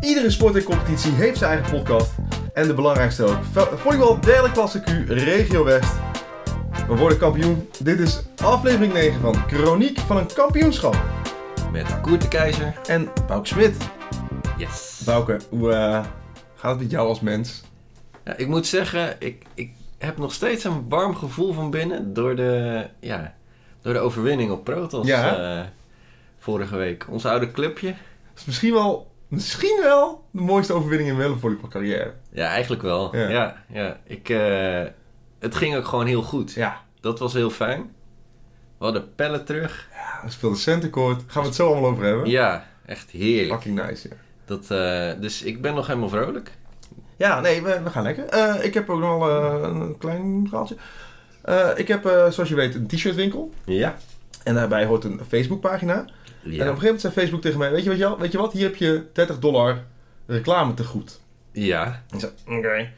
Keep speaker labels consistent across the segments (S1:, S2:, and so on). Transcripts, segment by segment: S1: Iedere sport en competitie heeft zijn eigen podcast. En de belangrijkste ook. Vo- Volleybal derde klasse Q, regio West. We worden kampioen. Dit is aflevering 9 van Chroniek van een kampioenschap.
S2: Met Koert de Keizer.
S1: En Bouke Smit.
S2: Yes.
S1: Bouke, hoe eh, gaat het met jou als mens?
S2: Ja, ik moet zeggen, ik, ik heb nog steeds een warm gevoel van binnen door de, ja, door de overwinning op Protos
S1: Ja.
S2: eh, vorige week. Ons oude clubje.
S1: Het is misschien wel, misschien wel de mooiste overwinning in mijn volleybalcarrière.
S2: Ja, eigenlijk wel.
S1: Ja.
S2: Ja. Ja, Ik, eh, het ging ook gewoon heel goed.
S1: Ja,
S2: Dat was heel fijn. We hadden pellen terug.
S1: Ah, we speelden centercourt. Gaan we het zo allemaal over hebben?
S2: Ja, echt heerlijk.
S1: Fucking nice, ja.
S2: Dat, eh, dus ik ben nog helemaal vrolijk.
S1: Ja, nee, we, we gaan lekker. Eh, ik heb ook nog wel eh, een klein verhaaltje. Eh, ik heb, eh, zoals je weet, een t-shirtwinkel.
S2: Ja.
S1: En daarbij hoort een Facebookpagina. En op een
S2: Ja.
S1: gegeven moment zei Facebook tegen mij, weet je wat, Jan? weet je wat? hier heb je 30 dollar reclame te goed.
S2: Ja.
S1: Ik zei, oké.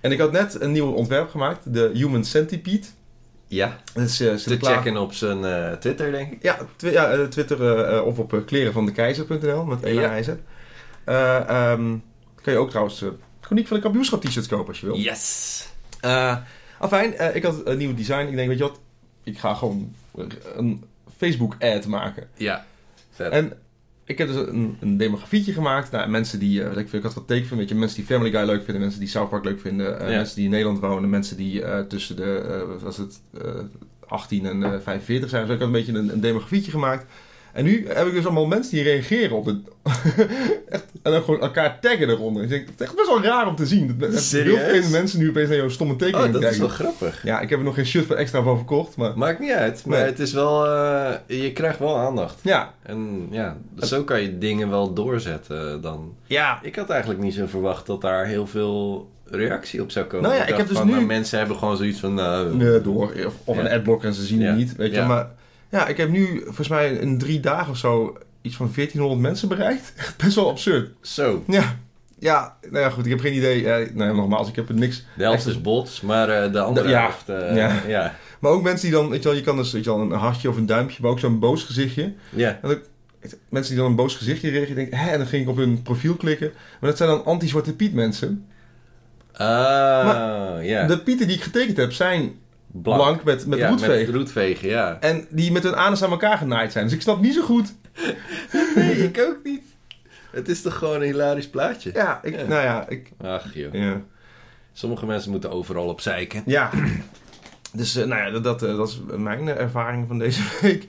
S1: En ik had net een nieuw ontwerp gemaakt, de Human Centipede.
S2: ja.
S1: Dat is, eh, is
S2: Te
S1: reclame-
S2: checken op zijn eh, Twitter, denk ik.
S1: Ja, twi- ja eh, Twitter eh, eh, of op eh, klerenvandekeizer.nl met Ela
S2: Ja.
S1: IZ. Eh, ehm, kan je ook trouwens eh Chroniek van de Kampioenschap t-shirts kopen als je wil.
S2: Yes.
S1: Eh, afijn, eh, ik had een nieuw design. Ik denk, weet je wat, ik ga gewoon eh, een Facebook-ad maken.
S2: Ja. Vet.
S1: En ik heb dus een, een demografietje gemaakt. Nou, mensen die, eh, weet ik, veel, ik had wat teken van, weet je, mensen die Family Guy leuk vinden, mensen die South Park leuk vinden, eh,
S2: Ja.
S1: mensen die in Nederland wonen, mensen die eh, tussen de, eh, wat was het, eh, 18 en eh, 45 zijn. Dus ik had een beetje een, een demografietje gemaakt. En nu heb ik dus allemaal mensen die reageren op het. echt, en dan gewoon elkaar taggen eronder. Ik denk, het is echt best wel raar om te zien. Dat- Dat heel
S2: Serieus?
S1: veel mensen nu opeens naar jouw stomme tekening
S2: Oh, dat is
S1: kijken.
S2: wel grappig.
S1: Ja, ik heb er nog geen shirt voor extra van verkocht, maar
S2: Maakt niet uit, maar
S1: Nee.
S2: het is wel, eh, je krijgt wel aandacht.
S1: ja.
S2: En ja, zo kan je dingen wel doorzetten dan.
S1: Ja,
S2: Ik had eigenlijk niet zo verwacht dat daar heel veel reactie op zou komen.
S1: Nou ja, ik
S2: dacht
S1: heb dus
S2: van,
S1: nu-
S2: nou, mensen hebben gewoon zoiets van, nou,
S1: Nee, Eh, door. Of, of een
S2: Ja.
S1: adblock en ze zien het
S2: Ja.
S1: niet. Weet je,
S2: Ja.
S1: maar ja, ik heb nu volgens mij in drie dagen of zo iets van 1400 mensen bereikt. Echt best wel absurd.
S2: zo,
S1: Ja, ja, nou ja, goed. Ik heb geen idee. Eh, nou ja, nogmaals, ik heb er niks.
S2: de helft is bots, maar eh, de andere
S1: Ja.
S2: helft, eh,
S1: Ja.
S2: ja. ja,
S1: Maar ook mensen die dan, weet je wel, je kan dus weet je wel, een hartje of een duimpje, maar ook zo'n boos gezichtje.
S2: ja,
S1: Mensen die dan een boos gezichtje reageren, ik denk, hè, en dan ging ik op hun profiel klikken. Maar dat zijn dan anti-zwarte Piet mensen.
S2: Ah, ja.
S1: De Pieten die ik getekend heb zijn blank, met, met
S2: ja,
S1: roetvegen.
S2: Met roetvegen, ja.
S1: En die met hun anus aan elkaar genaaid zijn. Dus ik snap niet zo goed
S2: Nee, ik ook niet. Het is toch gewoon een hilarisch plaatje.
S1: Ja, ik,
S2: Ja.
S1: nou ja, ik...
S2: Ach joh,
S1: Ja.
S2: sommige mensen moeten overal op zeiken.
S1: ja. Dus eh, nou ja, dat, dat, eh, dat is mijn eh, ervaring van deze week.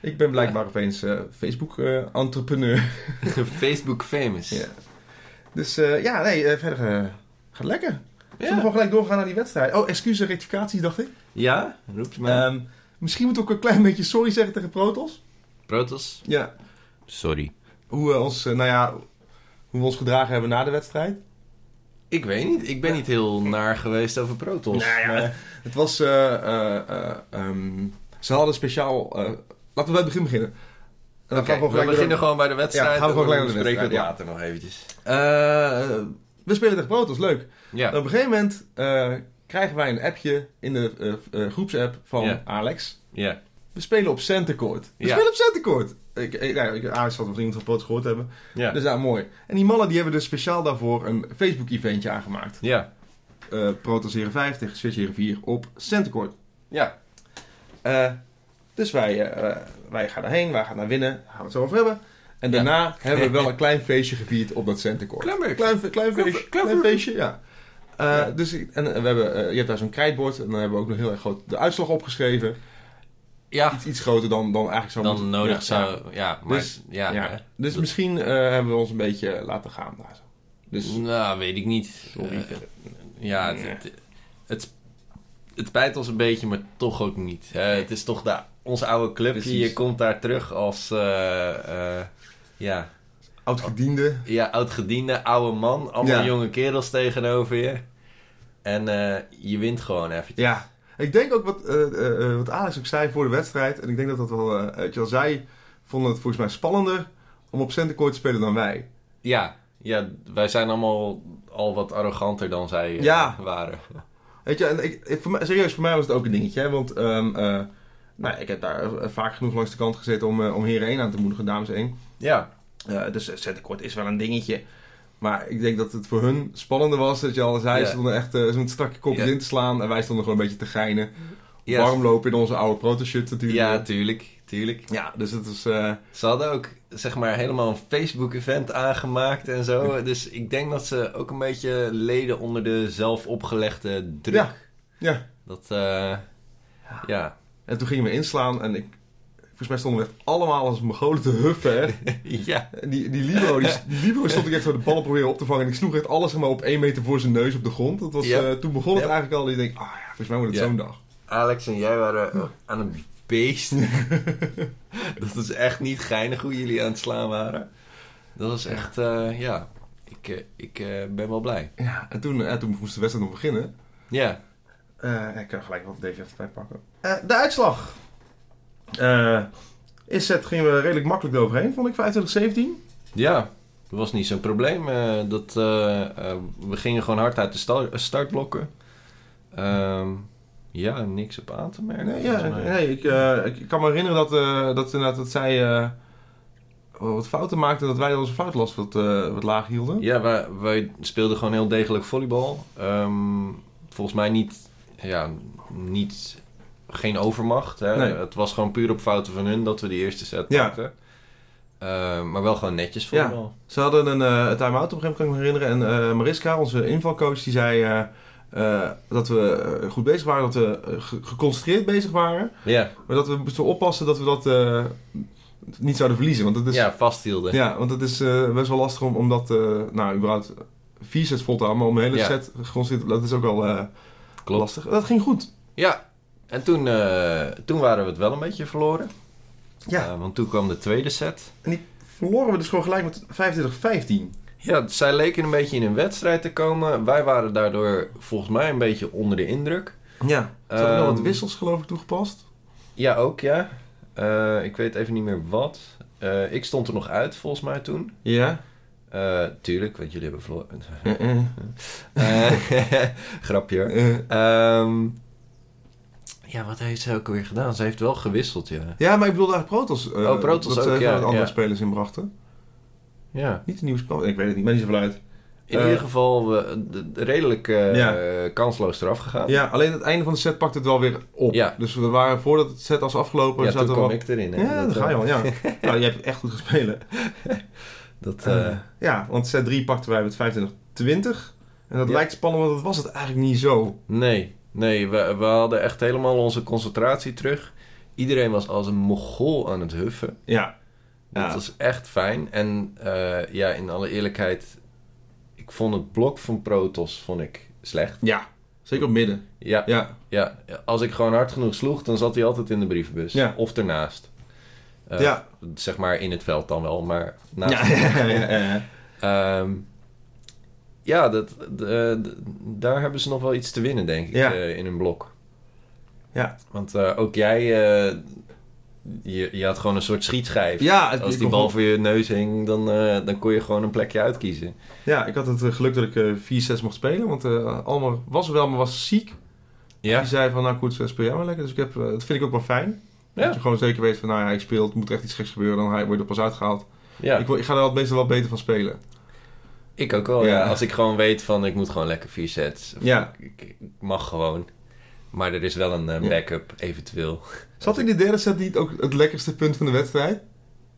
S1: Ik ben blijkbaar opeens eh, Facebook-entrepreneur.
S2: Facebook famous.
S1: ja. Dus eh, ja, nee, eh, verder eh, gaat lekker. Zullen we
S2: Ja.
S1: gewoon gelijk doorgaan naar die wedstrijd? Oh, excuses en rectificaties, dacht ik.
S2: Ja, roep je maar.
S1: Ehm, misschien moet ik ook een klein beetje sorry zeggen tegen Protos.
S2: Protos.
S1: Ja.
S2: Sorry.
S1: Hoe, we ons, eh, nou ja, hoe we ons gedragen hebben na de wedstrijd.
S2: Ik weet niet. Ik ben niet heel naar geweest over Protos.
S1: Maar Nou het was. eh, eh, eh, ehm, ze hadden speciaal. eh, laten we bij het begin beginnen. En dan
S2: Oké,
S1: gaan we
S2: we
S1: gewoon gelijk
S2: beginnen
S1: door-
S2: gewoon bij de wedstrijd.
S1: Ja, gaan we gewoon
S2: en
S1: gelijk
S2: dan
S1: naar de
S2: bespreken we het
S1: wedstrijd,
S2: later nog eventjes.
S1: Eh, we spelen tegen Protos, leuk.
S2: Ja.
S1: En op een gegeven moment eh, krijgen wij een appje in de eh, eh, groepsapp van
S2: Ja.
S1: Alex.
S2: ja.
S1: We spelen op Centercourt. We
S2: Ja.
S1: spelen op Centercourt. Ik, ik, nou, ik, Alex had nog iemand van Protos gehoord hebben.
S2: Ja.
S1: Dus nou, mooi. En die mannen die hebben dus speciaal daarvoor een Facebook-eventje aangemaakt.
S2: ja.
S1: Eh Protos Heren 5 tegen Switch Heren 4 op Centercourt.
S2: Ja.
S1: Eh, dus wij, eh, eh, wij gaan daarheen, wij gaan naar winnen, daar gaan we het zo over hebben. En daarna hebben we wel een klein feestje gevierd op dat centenkoord.
S2: Klein beetje.
S1: Klein, fe- klein
S2: Klein
S1: feestje.
S2: fe- klein
S1: Klein feestje, ja. Eh, Dus ik- en eh, we hebben, eh, je hebt daar zo'n krijtbord en dan hebben we ook nog heel erg groot de uitslag opgeschreven.
S2: Ja.
S1: Iets, iets groter dan, dan eigenlijk zou
S2: Dan
S1: moeten.
S2: nodig
S1: Ja, ja.
S2: zou... Ja, maar...
S1: Dus-
S2: ja.
S1: Ja.
S2: hè.
S1: Dus
S2: Dat-
S1: misschien eh, hebben we ons een beetje laten gaan daar zo. Dus,
S2: Nou, weet ik niet.
S1: sorry.
S2: Eh, ja, het,
S1: Nee.
S2: het, het, het spijt ons een beetje, maar toch ook niet. Eh, het is toch de, ons oude clubje.
S1: Precies.
S2: Je komt daar terug als... eh, eh, ja,
S1: oud-gediende.
S2: Ja, oud-gediende, oude man. Allemaal
S1: Ja.
S2: jonge kerels tegenover je. En eh, je wint gewoon even.
S1: Ja, ik denk ook wat, eh, eh, eh, wat Alex ook zei voor de wedstrijd. En ik denk dat dat wel, eh weet je wel, zij vonden het volgens mij spannender om op centercourt te spelen dan wij.
S2: Ja, ja, wij zijn allemaal al wat arroganter dan zij eh,
S1: Ja.
S2: waren.
S1: Weet je, en ik, ik- voor mij, serieus, voor mij was het ook een dingetje. Hè? Want ehm, eh, nou, ja, ik heb daar eh, vaak genoeg langs de kant gezeten om, eh, om heren 1 aan te moedigen, dames 1.
S2: Ja,
S1: Eh dus eh, centercourt is wel een dingetje. Maar ik denk dat het voor hun spannender was. Dat je al zei,
S2: Ja.
S1: ze stonden echt eh, zo'n strakke kopjes
S2: Ja.
S1: in te slaan. En wij stonden gewoon een beetje te geinen.
S2: Ja,
S1: Warm lopen in onze oude proto-shirt natuurlijk.
S2: Ja, tuurlijk. Tuurlijk.
S1: Ja, dus het is... eh,
S2: Ze hadden ook zeg maar helemaal een Facebook-event aangemaakt en zo. Dus ik denk dat ze ook een beetje leden onder de zelf opgelegde druk.
S1: Ja. ja.
S2: Dat, eh, ja.
S1: En toen gingen we inslaan en ik... Volgens mij stonden we echt allemaal als mogolen te huffen. Hè?
S2: ja.
S1: En Die, die Libro, die, die Libro stond ik echt zo de ballen proberen op te vangen. En ik sloeg echt alles zeg maar, op één meter voor zijn neus op de grond. Dat was,
S2: Ja.
S1: eh, toen begon het
S2: Ja.
S1: eigenlijk al. Ik denk, ah ja, volgens mij wordt het
S2: Ja.
S1: zo'n dag.
S2: Alex en jij waren eh, aan het beest. dat is echt niet geinig hoe jullie aan het slaan waren. Dat was echt, eh, ja. Ik, eh, ik eh, ben wel blij.
S1: Ja, en toen, eh, toen moest de wedstrijd nog beginnen.
S2: Ja.
S1: Eh, ik kan gelijk wat deze erbij pakken. Eh, de uitslag. Eh is het gingen we redelijk makkelijk overheen, vond ik 25-17.
S2: Ja, dat was niet zo'n probleem. Eh, dat, eh, eh, we gingen gewoon hard uit de sta- startblokken. Ehm, ja, niks op aan te merken.
S1: Nee, ja,
S2: volgens mij.
S1: nee ik, eh, ik kan me herinneren dat, eh, dat, inderdaad, dat zij eh, wat fouten maakten en dat wij onze foutlast wat, eh, wat laag hielden.
S2: Ja, wij, wij speelden gewoon heel degelijk volleybal. Ehm, volgens mij niet, ja, niet, geen overmacht. Hè.
S1: Nee.
S2: Het was gewoon puur op fouten van hun dat we die eerste set
S1: Ja.
S2: pakten. Ehm, maar wel gewoon
S1: Ja.
S2: netjes volleybal.
S1: Ze hadden een eh, een time-out op een gegeven moment, kan ik me herinneren. En eh, Mariska, onze invalcoach, die zei eh, eh, dat we eh, goed bezig waren, dat we eh, ge- geconcentreerd bezig waren.
S2: Ja,
S1: Maar dat we moesten oppassen dat we dat eh, niet zouden verliezen. Want dat is,
S2: ja vasthielden.
S1: Dus ja, want het is eh, best wel lastig om, om dat, eh, nou, überhaupt vier sets vol te houden. Maar om een hele
S2: Ja.
S1: set geconcentreerd, dat is ook wel eh,
S2: Klopt.
S1: lastig. Dat ging goed.
S2: Ja, en toen, eh, toen waren we het wel een beetje verloren.
S1: Ja.
S2: Eh, want toen kwam de tweede set.
S1: Verloren we dus gewoon gelijk met 25-15.
S2: Ja, zij leken een beetje in een wedstrijd te komen. Wij waren daardoor volgens mij een beetje onder de indruk.
S1: Ja. Ze hadden wel
S2: Ehm,
S1: wat wissels, geloof ik, toegepast.
S2: Ja, ook ja. Eh, ik weet even niet meer wat. Eh, ik stond er nog uit volgens mij toen.
S1: Ja.
S2: Eh, tuurlijk, want jullie hebben verloren.
S1: Eh, eh.
S2: Eh, grapje hoor.
S1: Eh,
S2: Ehm, ja, wat heeft ze ook alweer gedaan? Ze heeft wel gewisseld, ja.
S1: Ja, maar ik bedoelde eigenlijk Protos. eh,
S2: Oh, Protos
S1: dat
S2: ook,
S1: ze
S2: ja,
S1: wat andere
S2: ja.
S1: spelers inbrachten.
S2: Ja.
S1: Niet de nieuwe spel. Ik weet het niet, maar niet zoveel uit.
S2: In
S1: Eh,
S2: ieder geval we, de- de- redelijk eh,
S1: Ja.
S2: eh, kansloos eraf gegaan.
S1: Ja, alleen het einde van de set pakte het wel weer op.
S2: Ja.
S1: Dus we waren voordat het set was afgelopen.
S2: Ja, toen
S1: zaten we
S2: kwam
S1: wel...
S2: ik erin. hè.
S1: Ja,
S2: Dat,
S1: daar ga je
S2: eh,
S1: al, ja. nou, je hebt echt goed gespeeld.
S2: Dat, eh,
S1: ja, want set 3 pakten wij met 25-20. En dat
S2: Ja.
S1: lijkt spannend, want dat was het eigenlijk niet zo.
S2: Nee, nee we, we hadden echt helemaal onze concentratie terug. Iedereen was als een mogol aan het huffen.
S1: Ja.
S2: Dat
S1: Ja.
S2: was echt fijn. En eh, ja, in alle eerlijkheid, ik vond het blok van Protos vond ik slecht.
S1: Ja. Zeker op midden.
S2: Ja,
S1: Ja.
S2: ja, als ik gewoon hard genoeg sloeg, dan zat hij altijd in de brievenbus.
S1: Ja.
S2: Of ernaast. Eh,
S1: ja.
S2: Zeg maar in het veld dan wel, maar naast
S1: Ja, ja, ja, ja.
S2: Ehm, ja, dat, de- de- daar hebben ze nog wel iets te winnen, denk ik,
S1: Ja.
S2: eh, in hun blok.
S1: Ja.
S2: Want eh, ook jij, eh, je, je had gewoon een soort schietschijf.
S1: Ja, het-
S2: Als
S1: je
S2: die
S1: kon
S2: bal
S1: gewoon-
S2: voor je neus hing, dan, eh, dan kon je gewoon een plekje uitkiezen.
S1: ja, ik had het eh, geluk dat ik eh, 4-6 mocht spelen. Want eh Almer was er wel, maar was ziek.
S2: Ja,
S1: Die zei van, nou goed, speel jij maar lekker. Dus ik heb, eh, dat vind ik ook wel fijn.
S2: Ja.
S1: Dat je gewoon zeker weet van, nou ja, ik speel, het moet echt iets geks gebeuren. Dan word je er pas uitgehaald.
S2: ja.
S1: Ik,
S2: Ik,
S1: wil- ik ga er altijd meestal wel beter van spelen.
S2: ook wel. Ja.
S1: Ja.
S2: Als ik gewoon weet van, ik moet gewoon lekker vier sets. Of
S1: Ja.
S2: ik, ik mag gewoon. Maar er is wel een eh,
S1: Ja.
S2: backup, eventueel.
S1: Zat in de derde set niet ook het lekkerste punt van de wedstrijd?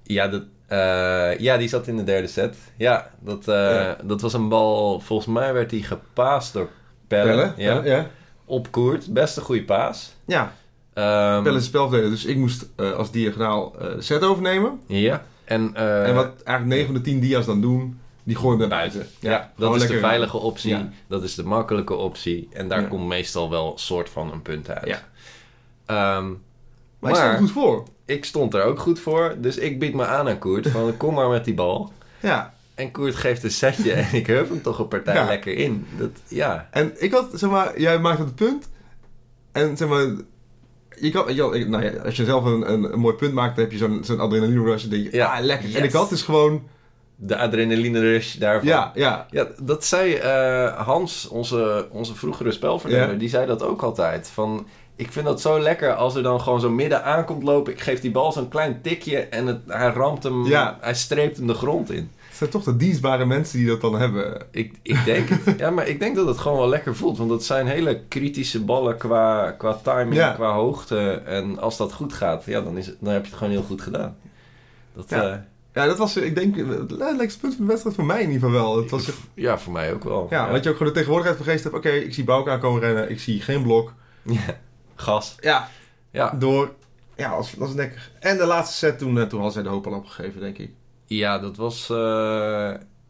S2: Ja, dat, eh, ja, die zat in de derde set. Ja dat, eh,
S1: Ja.
S2: dat was een bal. Volgens mij werd die gepaast door Pelle. Ja.
S1: Ja. ja.
S2: Op Koert. Best een goede paas.
S1: ja.
S2: Ehm,
S1: Pelle is spelverdeler, dus ik moest eh, als diagonaal eh, de set overnemen.
S2: Ja. En, eh,
S1: en wat eigenlijk 9 van de 10 dia's dan doen, die gooien naar buiten.
S2: Ja, dat
S1: gewoon
S2: is de
S1: lekker.
S2: veilige optie.
S1: Ja.
S2: Dat is de makkelijke optie. En daar
S1: Ja.
S2: komt meestal wel een soort van een punt uit.
S1: Ja.
S2: Ehm,
S1: Maar ik stond
S2: Maar-
S1: goed voor.
S2: ik stond er ook goed voor. Dus ik bied me aan aan Koert. Van kom maar met die bal.
S1: Ja.
S2: En Koert geeft een setje. En ik heup hem toch een partij
S1: Ja.
S2: lekker in. Dat, ja.
S1: En ik had, zeg maar, jij maakt het punt. En zeg maar, je kan, je, ik- nou ja, als je zelf een, een, een mooi punt maakt, dan heb je zo'n zo'n adrenaline rush. En denk je,
S2: Ja.
S1: ah, lekker.
S2: Yes.
S1: En ik had dus gewoon,
S2: De adrenaline rush daarvan.
S1: ja, ja.
S2: Ja, dat zei eh, Hans, onze, onze vroegere spelverdeler,
S1: Ja.
S2: die zei dat ook altijd. Van, Ik vind dat zo lekker als er dan gewoon zo midden aankomt lopen. Ik geef die bal zo'n klein tikje en het, hij ramt hem,
S1: Ja.
S2: hij streept hem de grond in.
S1: Het zijn toch de dienstbare mensen die dat dan hebben.
S2: Ik, ik denk het. Ja, maar ik denk dat het gewoon wel lekker voelt. Want dat zijn hele kritische ballen qua, qua timing,
S1: Ja.
S2: qua hoogte. En als dat goed gaat, ja, dan, is het, dan heb je het gewoon heel goed gedaan. Dat, eh,
S1: Ja.
S2: ja.
S1: Ja, dat was, ik denk, het lekkerste punt van de wedstrijd voor mij in ieder geval wel. Het was, ja,
S2: ja, voor mij ook wel.
S1: want je ook gewoon de tegenwoordigheid van geest hebt. Oké, ik zie Bouwka komen rennen, ik zie geen blok.
S2: Ja. Gas.
S1: Ja.
S2: Ja.
S1: Door, ja, als was lekker. En de laatste set, toen, eh, toen had zij de hoop al opgegeven, denk ik.
S2: Ja, dat was... eh,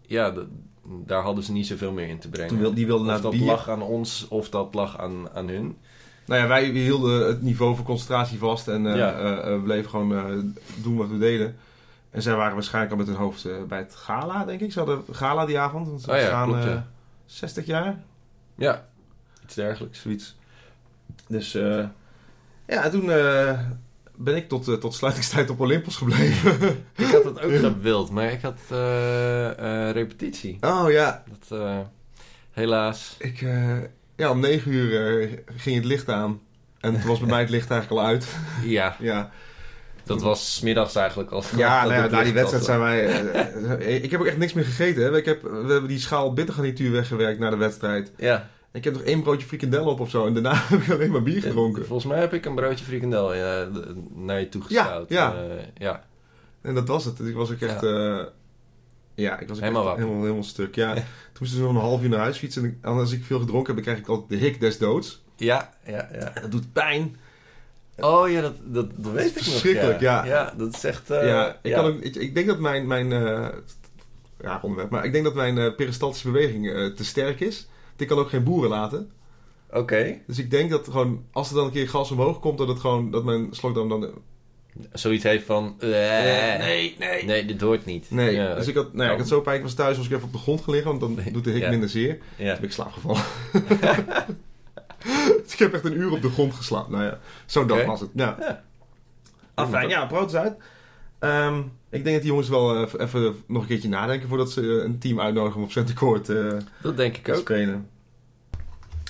S2: ja, dat- daar hadden ze niet zoveel meer in te brengen.
S1: Toen wil, die wilde naar
S2: of
S1: het
S2: dat
S1: bier.
S2: lag aan ons, of dat lag aan, aan hun.
S1: Nou ja, wij hielden het niveau van concentratie vast en eh,
S2: Ja.
S1: eh, eh, we bleven gewoon eh, doen wat we deden. En zij waren waarschijnlijk al met hun hoofd eh, bij het gala, denk ik. Ze hadden gala die avond, want ze
S2: Oh ja,
S1: gaan
S2: klopt,
S1: eh,
S2: ja.
S1: 60 jaar,
S2: Ja, iets dergelijks.
S1: zoiets. Dus eh, ja, en toen eh, ben ik tot, eh, tot sluitingstijd op Olympus gebleven.
S2: Ik had het ook gewild, maar ik had eh, eh, repetitie.
S1: oh ja,
S2: Dat, eh, helaas...
S1: ik, eh, ja, om 9 uur eh, ging het licht aan. En toen was bij mij het licht eigenlijk al uit.
S2: Ja,
S1: ja.
S2: dat was 's middags eigenlijk al.
S1: Ja,
S2: dat
S1: nou ja,
S2: het
S1: na die
S2: licht
S1: wedstrijd zijn wij. eh, ik heb ook echt niks meer gegeten. Hè. Ik heb, we hebben die schaal bittergarnituur weggewerkt na de wedstrijd.
S2: was. Ja,
S1: Ik heb nog één broodje frikandel op of zo. En daarna heb ik alleen maar bier gedronken.
S2: volgens mij heb ik een broodje frikandel eh, d- naar je toe
S1: Ja,
S2: geschout.
S1: ja.
S2: Eh, ja.
S1: En dat was het. Dus ik was ook echt. eh, ja, ik was ook
S2: Helemaal
S1: echt
S2: wap.
S1: helemaal, helemaal stuk. Ja. Toen moesten we nog een half uur naar huis fietsen. En ik- en als ik veel gedronken heb, dan krijg ik altijd de hik des doods.
S2: ja, ja, ja.
S1: En dat doet pijn.
S2: Oh ja, dat, dat, dat weet ik nog.
S1: Verschrikkelijk, ja.
S2: Ja, dat is echt... eh,
S1: ja, ik, Kan ook, ik, ik denk dat mijn. mijn eh, raar onderwerp. Maar ik denk dat mijn eh, peristaltische beweging eh, te sterk is. Want Ik kan ook geen boeren laten.
S2: Oké,
S1: Dus ik denk dat gewoon, als er dan een keer gas omhoog komt, dat het gewoon, dat mijn slokdarm dan...
S2: zoiets heeft van... eh,
S1: nee.
S2: Nee, dit hoort niet.
S1: Nee,
S2: Ja,
S1: dus ik had, nou ja, ik had zo pijn, ik was thuis, was ik even op de grond gelegen, want dan
S2: Nee,
S1: doet de hik
S2: ja.
S1: minder zeer. Toen
S2: ja.
S1: ben ik slaapgevallen. dus ik heb echt een uur op de grond geslapen, nou ja, zo dat
S2: Oké.
S1: was het. Ja.
S2: Ja.
S1: Afijn, Ah, ja, brood is uit. Ehm, ik denk dat die jongens wel eh, even nog een keertje nadenken voordat ze eh, een team uitnodigen om op centercourt eh
S2: Dat denk ik
S1: te
S2: ook.
S1: spelen.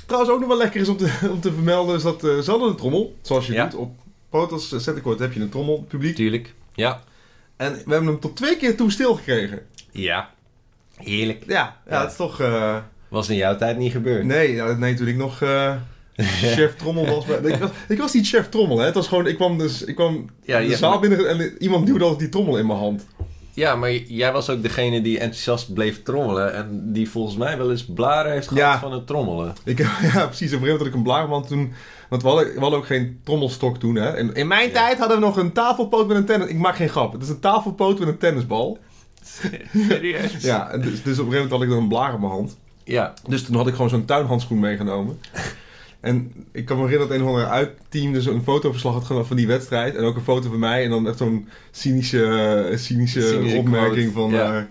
S1: Trouwens, ook nog wel lekker is om te, om te vermelden, is dat eh ze hadden een trommel, zoals je
S2: Ja.
S1: doet. Op Potas eh, Centercourt heb je een trommel, publiek.
S2: Tuurlijk. Ja.
S1: En we hebben hem tot twee keer toe stilgekregen.
S2: Ja. Heerlijk.
S1: Ja, ja,
S2: Ja.
S1: het is toch... eh,
S2: Was in jouw tijd niet gebeurd.
S1: nee, ja, nee, toen ik nog eh, chef trommel was, maar- ik was... Ik was niet chef trommel, hè. Het was gewoon, ik kwam, dus, ik kwam
S2: Ja,
S1: de
S2: ja,
S1: zaal
S2: maar-
S1: binnen en iemand duwde altijd die trommel in mijn hand.
S2: Ja, maar jij was ook degene die enthousiast bleef trommelen. En die volgens mij wel eens blaren heeft gehad
S1: Ja.
S2: van het trommelen.
S1: Ik, ja, precies. Op een gegeven moment had ik een blaarman toen... Want we hadden, we hadden ook geen trommelstok toen, hè. In, in mijn
S2: Ja.
S1: tijd hadden we nog een tafelpoot met een tennis... Ik maak geen grap. Het is een tafelpoot met een tennisbal.
S2: Serieus? Ja.
S1: Ja, en dus, dus op een gegeven moment had ik dan een blaar in mijn hand.
S2: ja.
S1: Dus toen had ik gewoon zo'n tuinhandschoen meegenomen. En ik kan me herinneren dat een of ander uitteam dus een fotoverslag had gedaan van die wedstrijd. En ook een foto van mij. En dan echt zo'n cynische, eh, cynische,
S2: Cynische
S1: opmerking
S2: quote,
S1: van...
S2: ja.
S1: eh,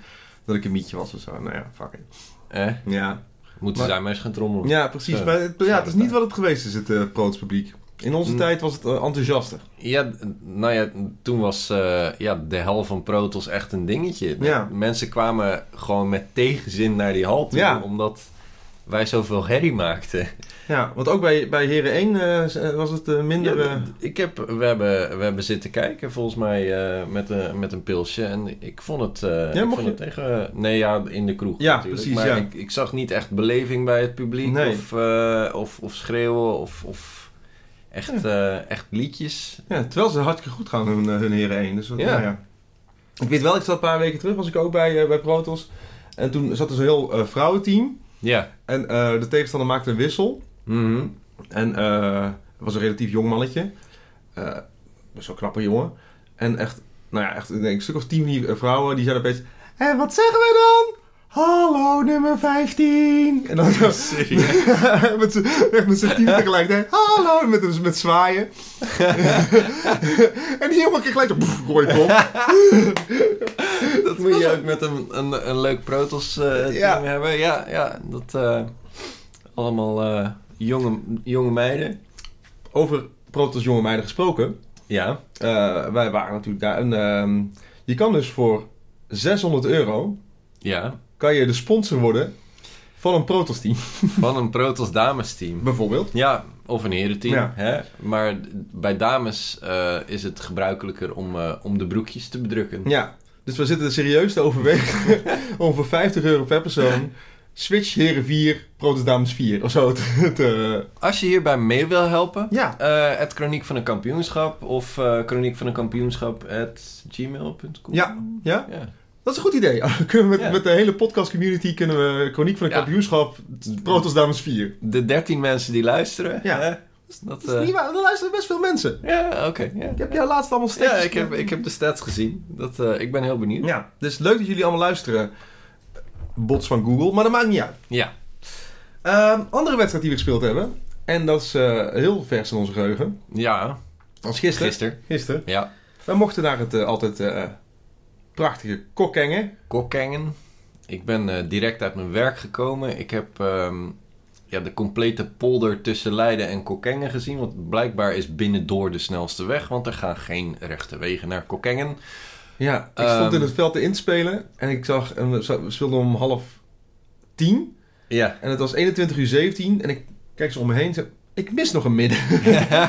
S1: dat ik een mietje was of zo. Nou ja, fuck it.
S2: Eh,
S1: Ja,
S2: moeten
S1: Maar-
S2: zij maar eens gaan trommelen.
S1: ja precies.
S2: Zo.
S1: Maar het, ja, het is niet wat het geweest is, het eh proots publiek. In onze
S2: Mm.
S1: tijd was het eh, enthousiaster.
S2: Ja, d- nou ja, toen was eh, ja, de hel van Protos echt een dingetje.
S1: Ja.
S2: Mensen kwamen gewoon met tegenzin naar die hal toe,
S1: Ja.
S2: omdat wij zoveel herrie maakten.
S1: Ja, want ook bij, bij Heren 1 eh, was het eh, minder...
S2: Ja,
S1: eh,
S2: d- ik heb, we, hebben, we hebben zitten kijken, volgens mij, eh, met, een, met een pilsje. En ik vond het, eh,
S1: Ja,
S2: ik
S1: mocht
S2: vond
S1: je-
S2: het tegen... Nee, ja, in de kroeg
S1: Ja,
S2: natuurlijk.
S1: precies,
S2: Maar
S1: ja.
S2: ik, ik zag niet echt beleving bij het publiek.
S1: Nee.
S2: Of, eh, of, of schreeuwen, of, of echt, eh, echt liedjes.
S1: Ja, terwijl ze hartstikke goed gaan, hun, eh, hun heren 1. Dus, dat-
S2: Ja.
S1: nou ja. Ik weet wel, ik zat een paar weken terug, was ik ook bij, eh, bij Protos. En toen zat er zo'n heel eh, vrouwenteam.
S2: Ja.
S1: En eh, de tegenstander maakte een wissel.
S2: Mhm.
S1: En eh, het was een relatief jong mannetje. Eh best wel knappe jongen. En echt, nou ja, echt ik denk, een stuk of tien die, eh, vrouwen die zeiden opeens... En wat zeggen wij dan? Hallo nummer 15! En dan zo, met z'n echt met z'n tienen tegelijkertijd. Hallo! Met, dus met zwaaien. en die jongen kreeg gelijk een pff, rode kop.
S2: Dat moet je ook met een, een, een leuk protos eh, team
S1: Ja.
S2: hebben. Ja, ja dat eh, allemaal eh, jonge, jonge meiden.
S1: Over Protos jonge meiden gesproken.
S2: Ja.
S1: eh, wij waren natuurlijk daar. En, ehm, je kan dus voor 600 euro...
S2: Ja,
S1: kan je de sponsor worden van een Protos team.
S2: van een protos dames team.
S1: Bijvoorbeeld.
S2: Ja, Of een herenteam.
S1: Ja.
S2: Hè? Maar d- bij dames eh, is het gebruikelijker om, eh, om de broekjes te bedrukken.
S1: Ja, dus we zitten serieus te overwegen om voor 50 euro per persoon Switch Heren 4, Protes Dames 4 of zo te... te-
S2: Als je hierbij mee wil helpen,
S1: ja,
S2: eh, het Chroniek van een Kampioenschap of eh Chroniek van een Kampioenschap at gmail.com.
S1: Ja, ja.
S2: ja.
S1: dat is een goed idee. Dan kunnen we met,
S2: Ja.
S1: met de hele podcast community kunnen we Chroniek van het
S2: Ja.
S1: Kampioenschap, Protes Dames 4.
S2: De 13 mensen die luisteren.
S1: Ja.
S2: hè, dat, eh,
S1: Dat is niet waar, er luisteren best veel mensen.
S2: Ja, oké. ja.
S1: Ik heb jou laatst allemaal steeds.
S2: Ja, ik heb, ik heb de stats gezien. Dat, eh, ik ben heel benieuwd.
S1: Ja, dus leuk dat jullie allemaal luisteren. Bots van Google, maar dat maakt niet uit.
S2: Ja.
S1: Ehm, andere wedstrijd die we gespeeld hebben, en dat is eh, heel vers in onze geheugen.
S2: Ja,
S1: Dat is gisteren.
S2: gisteren.
S1: Gisteren.
S2: Ja.
S1: We mochten naar het eh, altijd eh, prachtige kokkengen.
S2: Kokkengen. Ik ben eh, direct uit mijn werk gekomen. Ik heb ehm, ja, de complete polder tussen Leiden en Kokkengen gezien. Want blijkbaar is binnendoor de snelste weg. Want er gaan geen rechte wegen naar Kokkengen.
S1: Ja, ik
S2: Ehm.
S1: stond in het veld te inspelen en ik zag, en we za- we speelden om half tien
S2: Ja.
S1: en het was 21 uur 17 en ik kijk zo om me heen en zei, ik mis nog een midden.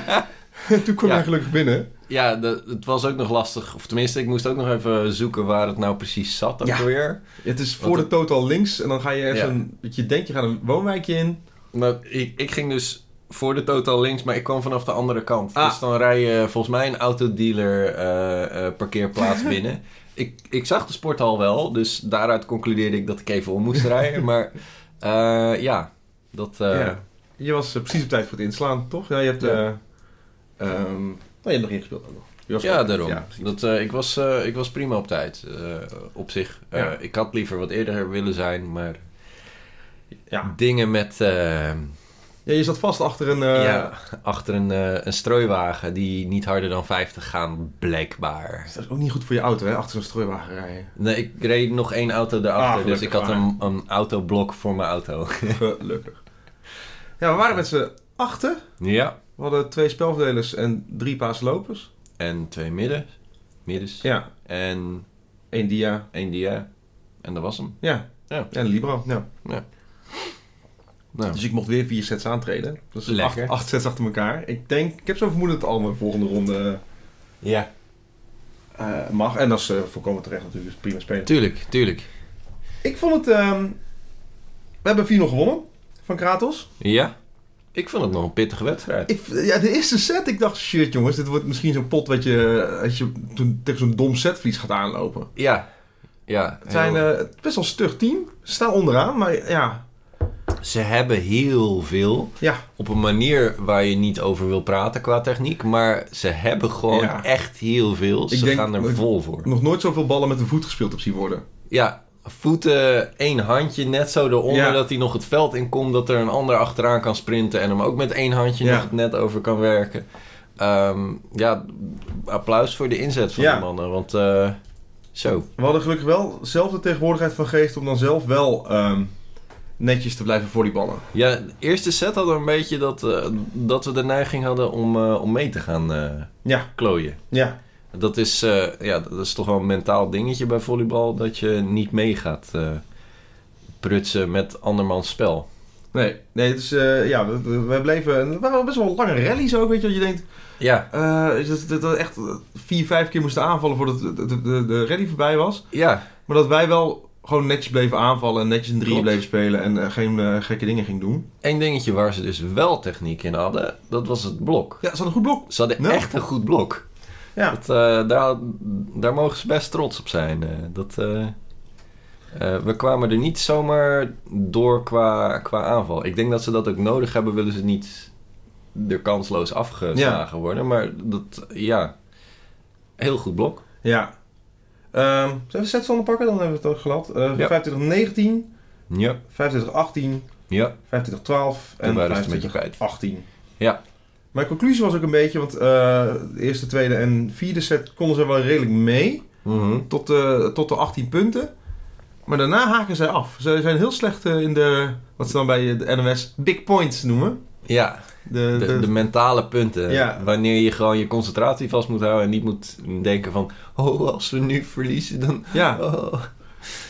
S1: Toen kwam
S2: Ja.
S1: hij gelukkig binnen.
S2: Ja, de- het was ook nog lastig. Of tenminste, ik moest ook nog even zoeken waar het nou precies zat. Ook
S1: Ja.
S2: weer.
S1: Het is voor
S2: Want
S1: de
S2: het-
S1: totaal links en dan ga je echt
S2: Ja.
S1: een, dat je denkt je gaat een woonwijkje in.
S2: Nou, ik, ik ging dus voor de totaal links, maar ik kwam vanaf de andere kant.
S1: Ah.
S2: Dus dan rij je volgens mij een autodealer eh, eh, parkeerplaats binnen. Ik, ik zag de sporthal wel, dus daaruit concludeerde ik dat ik even om moest rijden. Maar eh, ja, dat... eh,
S1: Ja. Je was eh, precies op tijd voor het inslaan, toch? Ja, je hebt, eh
S2: Ja.
S1: ehm, nou, je hebt nog ingespeeld ook nog. Je was
S2: Ja,
S1: goed.
S2: daarom.
S1: Ja, precies.
S2: dat, eh, ik, was, eh, ik was prima op tijd, eh, op zich. Eh,
S1: Ja.
S2: Ik had liever wat eerder willen zijn, maar
S1: ja.
S2: dingen met... eh,
S1: Ja, je zat vast achter een... eh,
S2: ja, achter een, eh, een strooiwagen die niet harder dan 50 gaan, blijkbaar.
S1: Dat is ook niet goed voor je auto, hè? Achter zo'n strooiwagen rijden.
S2: Nee, ik reed nog één auto
S1: Ah,
S2: daarachter, dus
S1: gelukkig
S2: ik had een, een autoblok voor mijn auto.
S1: Gelukkig. Ja, we waren met z'n achten.
S2: ja.
S1: We hadden twee spelverdelers en drie paaslopers.
S2: En twee midden, middens.
S1: Ja.
S2: En
S1: Eén dia.
S2: één dia. En dat was hem.
S1: Ja.
S2: Ja.
S1: En een libero. Ja.
S2: Nou,
S1: Dus ik mocht weer vier sets aantreden. Dus
S2: Lekker.
S1: Acht, acht sets achter elkaar. Ik denk, ik heb zo'n vermoeden dat het allemaal de volgende ronde
S2: ja.
S1: eh, mag. En dat is eh, volkomen terecht natuurlijk. Dus prima spelen.
S2: Tuurlijk, tuurlijk.
S1: Ik vond het... ehm, we hebben 4-0 gewonnen van Kratos.
S2: Ja. Ik vond het nog een pittige wedstrijd.
S1: Ik, ja, de eerste set, ik dacht, shit jongens, dit wordt misschien zo'n pot wat je, als je toen tegen zo'n dom setvlies gaat aanlopen.
S2: Ja. Ja.
S1: Het zijn
S2: heel-
S1: eh, best wel een stug team. Ze staan onderaan, maar ja.
S2: Ze hebben heel veel.
S1: Ja,
S2: Op een manier waar je niet over wil praten qua techniek. Maar ze hebben gewoon
S1: Ja.
S2: echt heel veel.
S1: Ik
S2: Ze
S1: denk-
S2: gaan er vol voor.
S1: nog nooit zoveel ballen met de voet gespeeld op zien worden.
S2: Ja, voeten, één handje net zo eronder
S1: Ja.
S2: dat hij nog het veld in komt. Dat er een ander achteraan kan sprinten en hem ook met één handje
S1: Ja.
S2: nog het net over kan werken. Ehm, ja, applaus voor de inzet van
S1: Ja.
S2: de mannen. Want eh, zo,
S1: We hadden gelukkig wel zelf de tegenwoordigheid van geest om dan zelf wel ehm, netjes te blijven voor die ballen.
S2: ja, de eerste set hadden we een beetje dat, eh, dat we de neiging hadden om, eh, om mee te gaan eh,
S1: Ja,
S2: klooien.
S1: ja.
S2: Dat is, eh, ja, dat is toch wel een mentaal dingetje bij volleybal. Dat je niet mee gaat eh, prutsen met andermans spel.
S1: Nee, nee, dus eh, ja, we, we- we bleven. Het waren best wel lange rallies ook, weet je. Dat je denkt,
S2: Ja,
S1: eh, dat, dat, dat echt vier, vijf keer moesten aanvallen voordat de, de, de, de rally voorbij was.
S2: ja.
S1: Maar dat wij wel gewoon netjes bleven aanvallen en netjes een drie
S2: Klopt.
S1: bleven spelen en eh, geen eh, gekke dingen ging doen.
S2: Eén dingetje waar ze dus wel techniek in hadden, dat was het blok.
S1: Ja, ze hadden een goed blok.
S2: Ze hadden
S1: Ja.
S2: echt een goed blok.
S1: Ja.
S2: Dat, eh, daar, daar mogen ze best trots op zijn. eh, dat, eh, eh, we kwamen er niet zomaar door qua, qua aanval. Ik denk dat ze dat ook nodig hebben, willen ze niet er kansloos afgeslagen worden. Maar dat, ja, heel goed blok.
S1: Ja. Ehm zullen we setstanden pakken? Dan hebben we het ook gehad. Eh
S2: Ja.
S1: 25-19,
S2: Ja,
S1: 25-18,
S2: ja,
S1: 25-12 en
S2: waren ze het een beetje kwijt.
S1: 25-18.
S2: Ja.
S1: Mijn conclusie was ook een beetje, want eh, de eerste, tweede en vierde set konden ze wel redelijk mee.
S2: Mhm.
S1: Tot de, tot de 18 punten. Maar daarna haken zij af. Ze zijn heel slecht eh, in de, wat ze dan bij eh, de NMS, big points noemen.
S2: ja.
S1: De,
S2: De,
S1: de-
S2: de mentale punten.
S1: Ja.
S2: Wanneer je gewoon je concentratie vast moet houden en niet moet denken van... Oh, als we nu verliezen, dan...
S1: ja, dus,
S2: Oh.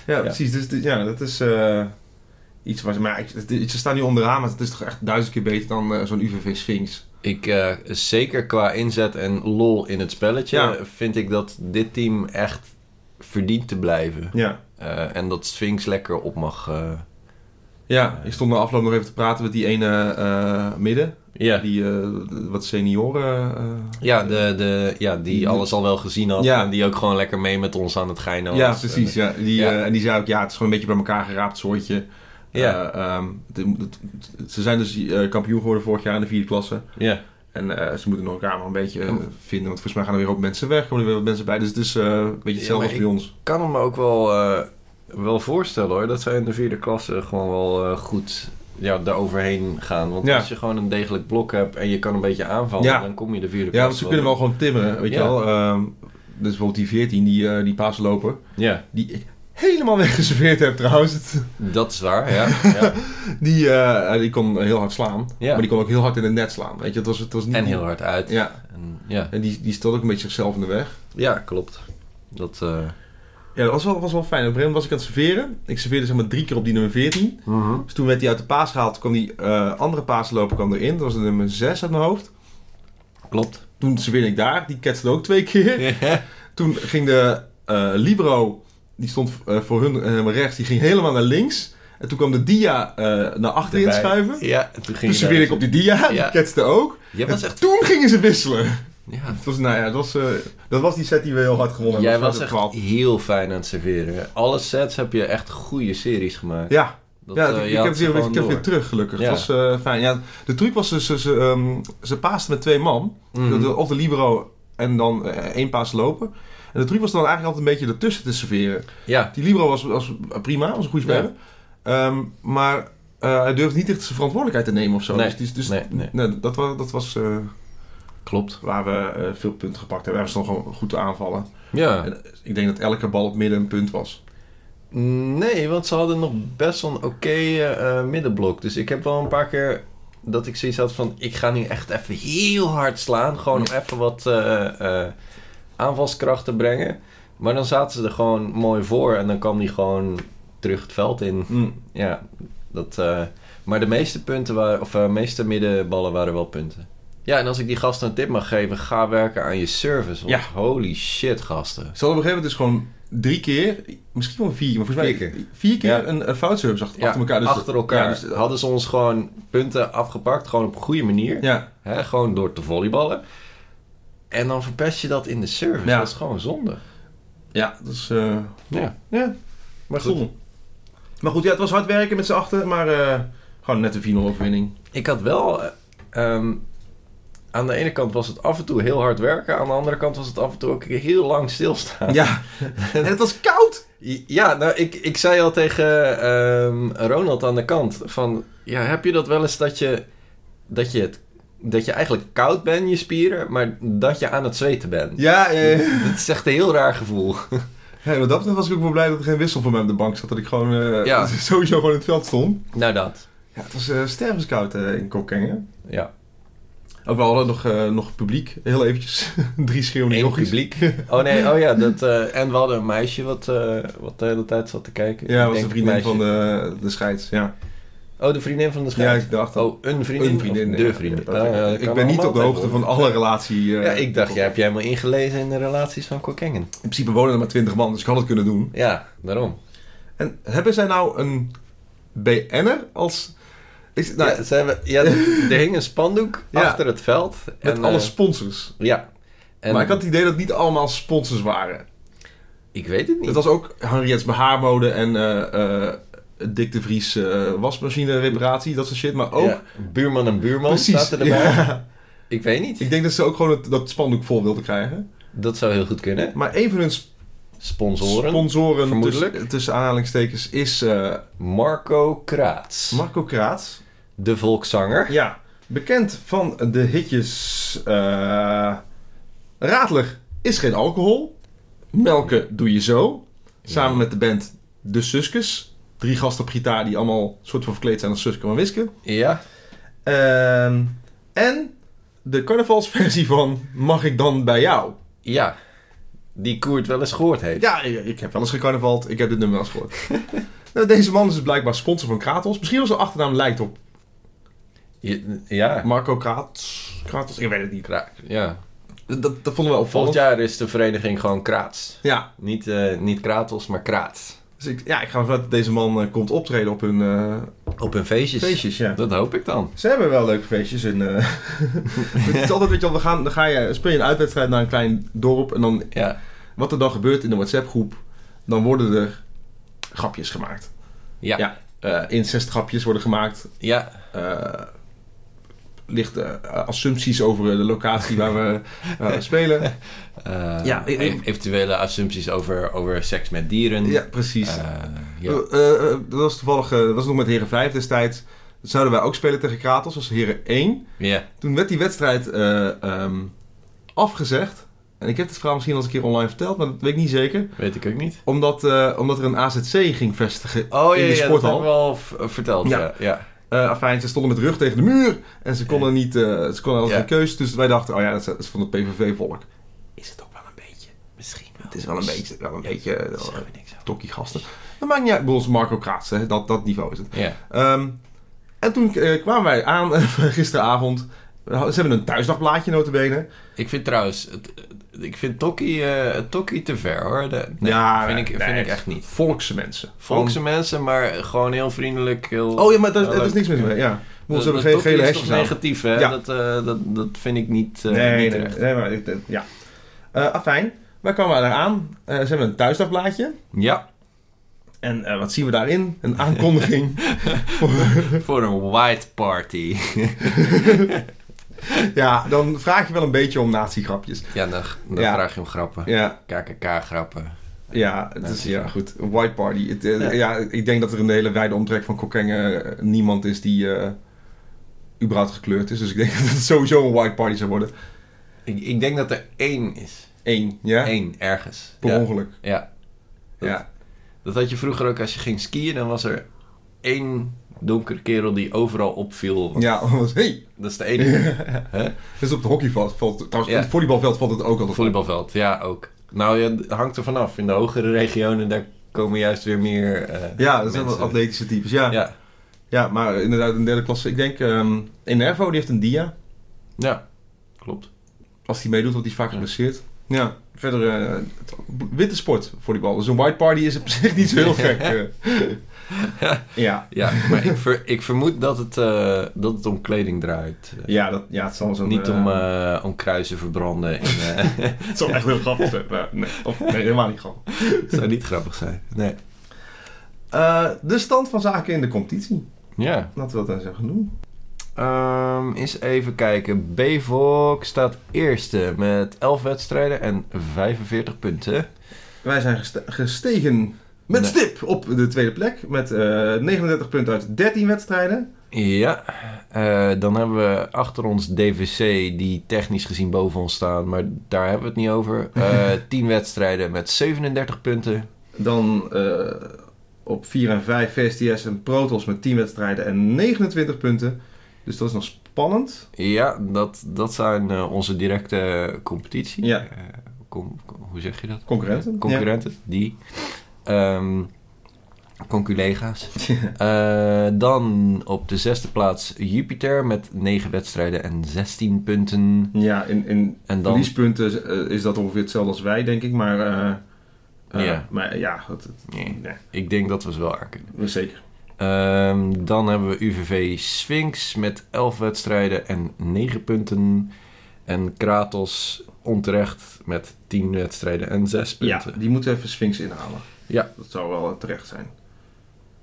S1: ja, precies. Dus dit- ja, dat is... eh, iets waar ze... Maar ik- het- ze staan nu onderaan, maar het is toch echt duizend keer beter dan eh, zo'n UVV Sphinx.
S2: Ik, eh, zeker qua inzet en lol in het spelletje,
S1: Ja.
S2: vind ik dat dit team echt verdient te blijven.
S1: Ja.
S2: Eh, en dat Sphinx lekker op mag. eh,
S1: Ja, ik stond na afloop nog even te praten met die ene eh, midden.
S2: ja.
S1: Die eh, wat senioren... eh,
S2: Ja, de, de, ja, die
S1: Die-
S2: alles al wel gezien had.
S1: Ja.
S2: En die ook gewoon lekker mee met ons aan het geinen was.
S1: ja, precies. Ja. Die,
S2: ja.
S1: eh, en die zei ook, ja, het is gewoon een beetje bij elkaar geraapt soortje.
S2: Ja.
S1: Eh, ehm, het- het- het- ze zijn dus eh, kampioen geworden vorig jaar in de vierde klasse.
S2: En- ja.
S1: En eh, ze moeten elkaar nog een beetje eh,
S2: Ja.
S1: vinden. Want volgens mij gaan er weer op mensen weg. Komen er weer wat mensen bij. Dus het is eh, een beetje hetzelfde
S2: maar
S1: als
S2: ik-
S1: bij ons.
S2: Kan hem ook wel, eh, wel voorstellen hoor. Dat zij in de vierde klasse gewoon wel eh, goed ja, daaroverheen gaan. Want
S1: Ja.
S2: als je gewoon een degelijk blok hebt en je kan een beetje aanvallen,
S1: Ja.
S2: dan kom je de vierde
S1: Ja, want
S2: klasse.
S1: ze kunnen wel gewoon timmeren, weet
S2: Ja.
S1: je wel. Ehm, dus bijvoorbeeld die 14, die, eh, die paasloper.
S2: Ja,
S1: Die ik helemaal weggeserveerd heb trouwens. Het-
S2: dat is waar. Ja. ja.
S1: Die, eh, die kon heel hard slaan.
S2: Ja.
S1: Maar die kon ook heel hard in het net slaan. Weet je, het was, het was niet...
S2: En heel hard uit.
S1: Ja,
S2: En, ja.
S1: en die, die stond ook een beetje zichzelf in de weg.
S2: ja, klopt. Dat, eh,
S1: Ja, dat was wel, was wel fijn. Op een gegeven moment was ik aan het serveren. Ik serveerde zeg maar drie keer op die nummer 14. Dus toen werd hij uit de paas gehaald, kwam die eh, andere paasloper kwam erin. Dat was de nummer 6 uit mijn hoofd.
S2: Klopt.
S1: Toen serveerde ik daar, die ketste ook twee keer. Toen ging de eh, Libro, die stond eh, voor hun eh, helemaal rechts, die ging helemaal naar links. En toen kwam de Dia eh, naar achteren
S2: Erbij.
S1: schuiven.
S2: Ja, en toen ging
S1: Toen
S2: je daar-
S1: serveerde ik op die Dia,
S2: Ja.
S1: die ketste ook.
S2: Jij
S1: En
S2: was echt...
S1: toen gingen ze wisselen.
S2: Ja,
S1: Het was, nou ja, dat was, eh, dat was die set die we heel hard gewonnen
S2: Jij
S1: hebben.
S2: was
S1: Dat
S2: echt
S1: wel.
S2: heel fijn aan het serveren. Alle sets heb je echt goede series gemaakt.
S1: Ja,
S2: Dat,
S1: ja,
S2: eh,
S1: ik-
S2: je
S1: ik,
S2: had
S1: heb
S2: ze
S1: weer,
S2: gewoon
S1: ik heb weer
S2: door.
S1: terug, gelukkig.
S2: Ja.
S1: Het was eh, fijn. Ja, de truc was, ze, ze, ze, ehm, ze paasten met twee man.
S2: Mhm.
S1: De- de- of de libero en dan eh, één paas lopen. En de truc was dan eigenlijk altijd een beetje ertussen te serveren.
S2: Ja,
S1: Die libero was, was prima, was een goede
S2: Ja.
S1: speler. Ehm, maar eh, hij durfde niet echt zijn verantwoordelijkheid te nemen of zo.
S2: Nee,
S1: Dus, dus, dus-
S2: nee, nee.
S1: dat, was, dat was eh,
S2: klopt.
S1: waar we eh, veel punten gepakt hebben. We stonden gewoon goed te aanvallen.
S2: Ja.
S1: En, eh, ik denk dat elke bal op midden een punt was.
S2: Nee, want ze hadden nog best wel een oké eh, eh, middenblok. Dus ik heb wel een paar keer dat ik zoiets had van... Ik ga nu echt even heel hard slaan. Gewoon om even wat eh, eh, aanvalskracht te brengen. Maar dan zaten ze er gewoon mooi voor. En dan kwam die gewoon terug het veld in. Ja, dat, eh, maar de meeste punten waren, of eh, de meeste middenballen waren wel punten. Ja, en als ik die gasten een tip mag geven, ga werken aan je service. Want
S1: Ja.
S2: holy shit, gasten.
S1: Ze hadden op een gegeven moment dus gewoon drie keer, misschien wel vier, maar volgens mij
S2: Vier keer.
S1: vier keer
S2: Ja.
S1: een, een foutservice achter, achter elkaar. Dus
S2: achter elkaar.
S1: Ja, dus-
S2: Hadden ze ons gewoon punten afgepakt, gewoon op een goede manier.
S1: eh, ja.
S2: Hè, gewoon door te volleyballen. En dan verpest je dat in de service.
S1: Ja.
S2: Dat is gewoon zonde.
S1: ja, dus eh
S2: Ja,
S1: ja,
S2: maar goed.
S1: zonde. Maar goed, ja, het was hard werken met z'n achter, maar eh, gewoon net een 4-0 overwinning.
S2: Ik had wel... eh, ehm, aan de ene kant was het af en toe heel hard werken. Aan de andere kant was het af en toe ook heel lang stilstaan.
S1: Ja, en het was koud!
S2: Ja, nou, ik, ik zei al tegen ehm, Ronald aan de kant van... Ja, heb je dat wel eens dat je, dat je, het, dat je eigenlijk koud bent, je spieren... maar dat je aan het zweten bent?
S1: Ja, eh,
S2: Dat is echt een heel raar gevoel.
S1: ja, wat dat betreft was ik ook wel blij dat er geen wissel voor mij op de bank zat. Dat ik gewoon eh,
S2: Ja.
S1: sowieso gewoon in het veld stond.
S2: Nou, dat.
S1: Ja, het was eh stervenskoud eh, in Kokkengen.
S2: Ja.
S1: Ook we hadden nog, eh, nog publiek, heel eventjes. Drie schreeuwende
S2: Eén
S1: jochies.
S2: publiek. Oh nee, oh ja, dat, eh, en we hadden een meisje wat, eh, wat de hele tijd zat te kijken.
S1: Ja,
S2: Ik
S1: was
S2: denk
S1: de vriendin
S2: meisje.
S1: van de, de scheids, ja.
S2: Oh, de vriendin van de
S1: Ja,
S2: schrijver.
S1: ik dacht al.
S2: Oh, een vriendin.
S1: Een vriendin.
S2: Of
S1: ja.
S2: De vriendin.
S1: Dat-
S2: Ah, ja, dat
S1: ik
S2: kan
S1: ben niet
S2: allemaal
S1: op de hoogte van alle relatie. eh,
S2: Ja, ik dacht, jij heb je helemaal ingelezen in de relaties van Kokkengen.
S1: In principe wonen er maar 20 man, dus ik had het kunnen doen.
S2: Ja, daarom.
S1: En hebben zij nou een BN'er als... Is, nou,
S2: ja, ze hebben, ja, er er hing een spandoek
S1: Ja.
S2: achter het veld.
S1: met
S2: en,
S1: alle
S2: eh,
S1: sponsors.
S2: ja. En
S1: maar ik had het idee dat het niet allemaal sponsors waren.
S2: ik weet het niet.
S1: Het was ook Henriette's behaarmode en eh, eh, Dick de Vries eh, wasmachine reparatie, dat soort shit. Maar ook...
S2: Ja, buurman en buurman
S1: oh. Precies.
S2: zaten erbij.
S1: ja.
S2: Ik weet niet.
S1: Ik denk dat ze ook gewoon het, dat spandoek vol wilden krijgen.
S2: Dat zou heel goed kunnen.
S1: Maar een van hun
S2: Sponsoren.
S1: sponsoren,
S2: vermoedelijk.
S1: tussen, tussen aanhalingstekens, is eh,
S2: Marco Kraats.
S1: Marco Kraats.
S2: de volkszanger.
S1: Ja, bekend van de hitjes. eh Radler is geen alcohol. Melken doe je zo. Samen met de band De Suskes. Drie gasten op gitaar die allemaal soort van verkleed zijn als Suske en Wiske.
S2: Ja.
S1: Ehm, en de carnavalsversie van Mag ik dan bij jou?
S2: Ja. die Koert wel eens gehoord heeft.
S1: Ja, ik ik heb wel eens gecarnavald. Ik heb dit nummer wel eens gehoord. nou, deze man is dus blijkbaar sponsor van Kratos. Misschien wel zijn achternaam lijkt op
S2: Je- Ja,
S1: Marco Kratos. Kratos, ik weet het niet.
S2: Kra- ja.
S1: Dat, dat vonden we
S2: Volgend
S1: opvallend.
S2: jaar is de vereniging gewoon Kraats.
S1: Ja,
S2: Niet, eh, niet Kratos, maar Kraats.
S1: dus ik, ja, ik ga ervan uit dat deze man eh, komt optreden op hun eh,
S2: Op hun feestjes.
S1: feestjes. Ja.
S2: Dat hoop ik dan.
S1: Ze hebben wel leuke feestjes. En, eh, het is altijd, weet je wel, we gaan, dan ga je, speel je een uitwedstrijd naar een klein dorp. En dan,
S2: Ja,
S1: wat er dan gebeurt in de WhatsApp-groep, dan worden er grapjes gemaakt.
S2: ja, ja.
S1: Ja. Eh incestgrapjes worden gemaakt. eh lichte eh, assumpties over eh, de locatie waar we eh, spelen.
S2: Eh,
S1: Ja, ik-
S2: e- eventuele assumpties over, over seks met dieren.
S1: Ja, precies.
S2: Eh, ja.
S1: Eh, eh, dat was toevallig, eh, dat was nog met Heren 5 destijds. Zouden wij ook spelen tegen Kratos, als Heren 1.
S2: Ja.
S1: Toen werd die wedstrijd eh, ehm, afgezegd. En ik heb dit verhaal misschien al eens een keer online verteld, maar dat weet ik niet zeker.
S2: weet ik ook niet.
S1: Omdat, eh, omdat er een AZC ging vestigen
S2: Oh ja,
S1: in de
S2: ja dat hebben
S1: sporthal.
S2: we al v- verteld. Ja.
S1: Ja.
S2: Ja,
S1: Eh, afijn, ze stonden met de rug tegen de muur. En ze konden niet, eh, ze konden altijd
S2: Ja.
S1: geen keus. Dus wij dachten, oh ja, dat is, dat is van het PVV-volk. Is het ook wel een beetje?
S2: Misschien
S1: Het is wel een beetje, wel een beetje
S2: Dat
S1: eh,
S2: zeggen we niks over.
S1: tokkie gasten. Dat maakt niet uit. Ik bedoel, het is Marco Kraats, hè. Dat, dat niveau is het.
S2: Ja.
S1: Ehm, en toen eh, kwamen wij aan gisteravond. We hadden- Ze hebben een thuisdagblaadje notabene.
S2: Ik vind trouwens, het, het- ik vind Tokkie, eh, Tokkie te ver hoor. De- nee,
S1: ja,
S2: vind, ik,
S1: nee,
S2: vind ik echt niet.
S1: Volkse mensen.
S2: Volkse mensen, maar gewoon heel vriendelijk. Heel,
S1: Gewoon- Oh ja, maar daar
S2: heel
S1: daar is
S2: leuk.
S1: niks mis mee. Ja. Ik bedoel, Ze hebben geen
S2: Dat- dat
S1: gele
S2: is toch
S1: hesjes aan.
S2: negatief, hè?
S1: Ja.
S2: Dat, eh, dat, dat vind ik niet, eh,
S1: nee, nee,
S2: niet terecht.
S1: nee, maar ik- eh, ja. Eh, afijn, wij kwamen eraan. Eh, ze hebben een thuisdagblaadje.
S2: Ja,
S1: En eh, wat zien we daarin? Een aankondiging. voor-
S2: voor een white party.
S1: ja, dan vraag je wel een beetje om nazi-grapjes.
S2: ja, dan, dan
S1: Ja.
S2: vraag je om grappen.
S1: Ja,
S2: KKK-grappen.
S1: ja, het is, ja, goed. Een white party. Het, eh,
S2: Nou, Ja.
S1: ja. ik denk dat er in de hele wijde omtrek van Kokkengen eh, niemand is die eh, überhaupt gekleurd is. Dus ik denk dat het sowieso een white party zou worden.
S2: Ik, ik denk dat er één is.
S1: Eén, ja?
S2: Eén, ergens.
S1: Per
S2: ja.
S1: ongeluk.
S2: ja. Dat-
S1: Ja.
S2: Dat had je vroeger ook als je ging skiën. Dan was er één donkere kerel die overal opviel.
S1: Ja, anders, hey,
S2: Dat is de enige. Hè?
S1: dit is op het hockeyveld. Valt, trouwens,
S2: Ja.
S1: op het volleybalveld valt het ook altijd op.
S2: Volleybalveld, ja ook. Nou, ja, het hangt er vanaf. In de hogere regionen, daar komen juist weer meer eh,
S1: Ja, dat zijn wel
S2: mensen.
S1: atletische types. Ja. Ja.
S2: Ja,
S1: maar inderdaad, in de derde klasse. Ik denk, ehm Enervo die heeft een dia.
S2: ja, klopt.
S1: Als hij meedoet, want die is vaak
S2: Ja.
S1: geblesseerd. Ja, verder eh, het- witte sport voor die bal. Dus een white party is op zich niet zo heel gek. eh. ja.
S2: Ja, maar ik, ver- ik vermoed dat het, eh, dat het om kleding draait. Eh,
S1: Ja, dat, ja, het zal zo'n...
S2: Niet
S1: eh,
S2: om, eh, om kruisen verbranden. En, eh,
S1: het zal echt heel grappig zijn. maar nee, of, nee, helemaal niet grappig.
S2: het zou niet grappig zijn. Nee.
S1: Eh, de stand van zaken in de competitie.
S2: Ja.
S1: Laten we dat dan zeggen doen.
S2: Ehm, eens even kijken. Bevolk staat eerste met 11 wedstrijden en 45 punten.
S1: Wij zijn geste- gestegen met
S2: Nee.
S1: stip op de tweede plek. Met eh, 39 punten uit 13 wedstrijden.
S2: Ja, eh, dan hebben we achter ons DVC, die technisch gezien boven ons staan, maar daar hebben we het niet over. Eh 10 wedstrijden met 37 punten.
S1: Dan eh, op 4 en 5 VSTS en Protos met 10 wedstrijden en 29 punten. Dus dat is nog spannend.
S2: Ja, dat, dat zijn eh, onze directe competitie.
S1: Ja.
S2: Eh, com- com- hoe zeg je dat?
S1: Concurrenten.
S2: Concurrenten, die. Ehm conculega's. Eh, dan op de zesde plaats Jupiter met 9 wedstrijden en 16 punten.
S1: Ja, ja in, in
S2: En dan
S1: verliespunten eh, is dat ongeveer hetzelfde als wij, denk ik. Maar eh, eh,
S2: Ja.
S1: maar, ja het, het-
S2: Nee.
S1: nee,
S2: Ik denk dat we ze wel aankunnen.
S1: we zeker.
S2: Ehm dan hebben we UVV Sphinx met 11 wedstrijden en 9 punten. En Kratos onterecht met 10 wedstrijden en 6
S1: Ja,
S2: punten.
S1: die moeten even Sphinx inhalen.
S2: Ja.
S1: Dat zou wel eh, terecht zijn.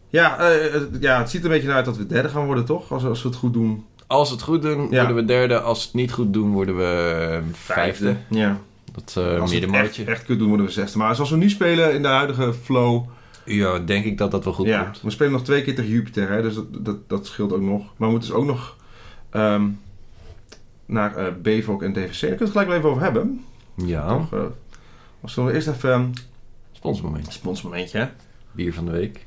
S1: Ja, eh, het- ja, het ziet er een beetje naar uit dat we derde gaan worden, toch? Als, als we het goed doen.
S2: Als we het goed doen,
S1: Ja.
S2: worden we derde. Als we het niet goed doen, worden we vijfde.
S1: Ja.
S2: Dat
S1: Als
S2: eh
S1: we het echt,
S2: middenmootje.
S1: echt kut doen, worden we zesde. Maar zoals we nu spelen in de huidige flow...
S2: Ja, denk ik dat dat wel goed
S1: ja,
S2: komt.
S1: we spelen nog twee keer tegen Jupiter, hè, dus dat, dat, dat scheelt ook nog. Maar we moeten dus ook nog ehm, naar eh BVOC en DVC. Daar kunnen we het gelijk wel even over hebben.
S2: Ja,
S1: Toch, eh, maar zullen we eerst even ehm,
S2: sponsormoment.
S1: een sponsmomentje, hè?
S2: Bier van de week.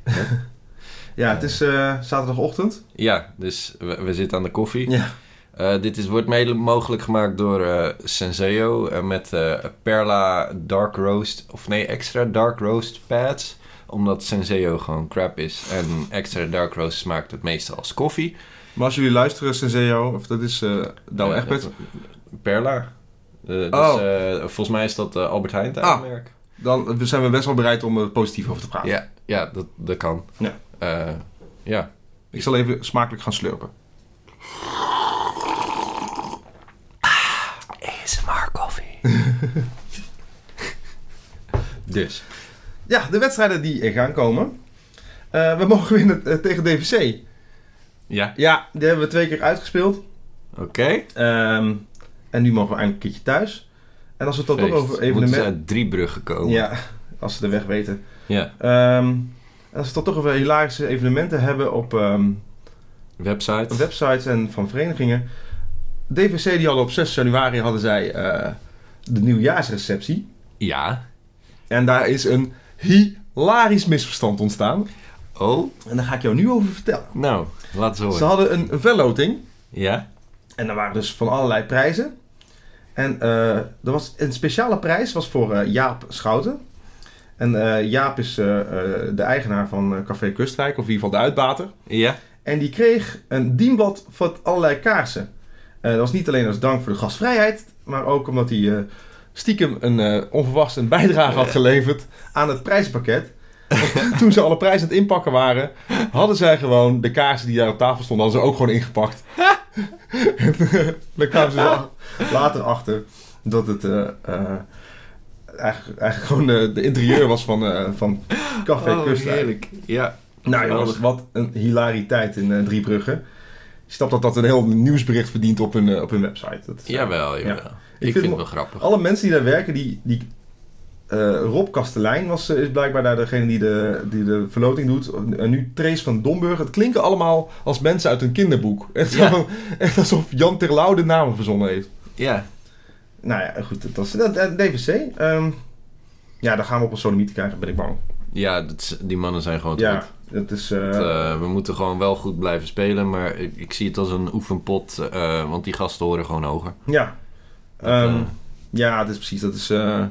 S1: Ja, het is eh, zaterdagochtend.
S2: ja, dus we, we zitten aan de koffie.
S1: Ja.
S2: Eh, dit is, wordt mede mogelijk gemaakt door eh Senseo eh, met eh, Perla Dark Roast, of nee, extra Dark Roast pads. Omdat Senseo gewoon crap is en extra Dark Roast smaakt het meeste als koffie.
S1: Maar als jullie luisteren, Senseo, of dat is eh Douwe
S2: Eh,
S1: Egbert,
S2: dat- Perla. Eh, dus,
S1: Oh.
S2: eh, volgens mij is dat eh, Albert Heijn het
S1: Ah.
S2: merk.
S1: dan eh, zijn we best wel bereid om er positief over te praten.
S2: Ja, ja dat, dat kan.
S1: Ah. Ja.
S2: Eh, ja.
S1: Ik zal even smakelijk gaan slurpen.
S2: ASMR koffie. dus.
S1: Ja, de wedstrijden die er gaan komen. Eh, we mogen winnen eh, tegen DVC.
S2: Ja.
S1: Ja, die hebben we twee keer uitgespeeld.
S2: Oké.
S1: Ehm, en nu mogen we eindelijk een keertje thuis. En als we het dan toch
S2: Feest.
S1: over
S2: Moeten ze
S1: evenementen...
S2: uit drie bruggen komen.
S1: Ja, als ze de weg weten.
S2: Ja.
S1: Ehm, en als we het dan toch over hilarische evenementen hebben op ehm,
S2: Website.
S1: websites en van verenigingen. DVC die hadden op 6 januari hadden zij eh, de nieuwjaarsreceptie.
S2: ja.
S1: En daar is een hilarisch misverstand ontstaan.
S2: Oh.
S1: En daar ga ik jou nu over vertellen.
S2: Nou, laten ze horen.
S1: Ze hadden een verloting.
S2: Ja.
S1: En daar waren dus van allerlei prijzen. En eh, er was een speciale prijs was voor eh, Jaap Schouten. En eh, Jaap is eh, eh, de eigenaar van eh, Café Kustrijk, of in ieder geval de uitbater.
S2: Ja.
S1: En die kreeg een dienblad van allerlei kaarsen. Eh, dat was niet alleen als dank voor de gastvrijheid, maar ook omdat hij eh, stiekem een eh onverwacht een bijdrage had geleverd aan het prijzenpakket. Want toen ze alle prijzen aan het inpakken waren, hadden zij gewoon de kaarsen die daar op tafel stonden, hadden ze ook gewoon ingepakt. En, eh, Daar kwamen ze wel later achter dat het eh, eh, eigenlijk, eigenlijk gewoon de, de interieur was van, eh, van Café
S2: Oh,
S1: Kust.
S2: heerlijk. Ja.
S1: Nou jongens,
S2: Geweldig.
S1: wat een hilariteit in eh Driebrugge. Ik snap dat dat een heel nieuwsbericht verdient op hun, eh, op hun website. Dat is, eh,
S2: Jawel, jawel. Ik,
S1: vind
S2: vind het
S1: mo-
S2: wel grappig.
S1: Alle mensen die daar werken, die... die eh, Rob Kastelein was, eh, is blijkbaar daar degene die de, die de verloting doet. En nu Trace van Domburg. Het klinken allemaal als mensen uit een kinderboek. Echt,
S2: Ja.
S1: zo- echt alsof Jan Terlouw de namen verzonnen heeft.
S2: Ja.
S1: Nou ja, goed. Dat was dat, dat- DVC. ehm, ja, daar gaan we op een sodomiet krijgen, ben ik bang.
S2: Ja, dat is- die mannen zijn gewoon te
S1: Ja,
S2: goed.
S1: dat is... eh,
S2: Want, eh, we moeten gewoon wel goed blijven spelen, maar ik, ik zie het als een oefenpot, eh, want die gasten horen gewoon hoger.
S1: Ja.
S2: Dat,
S1: Ehm,
S2: eh,
S1: ja, dat is precies. Dat is. eh,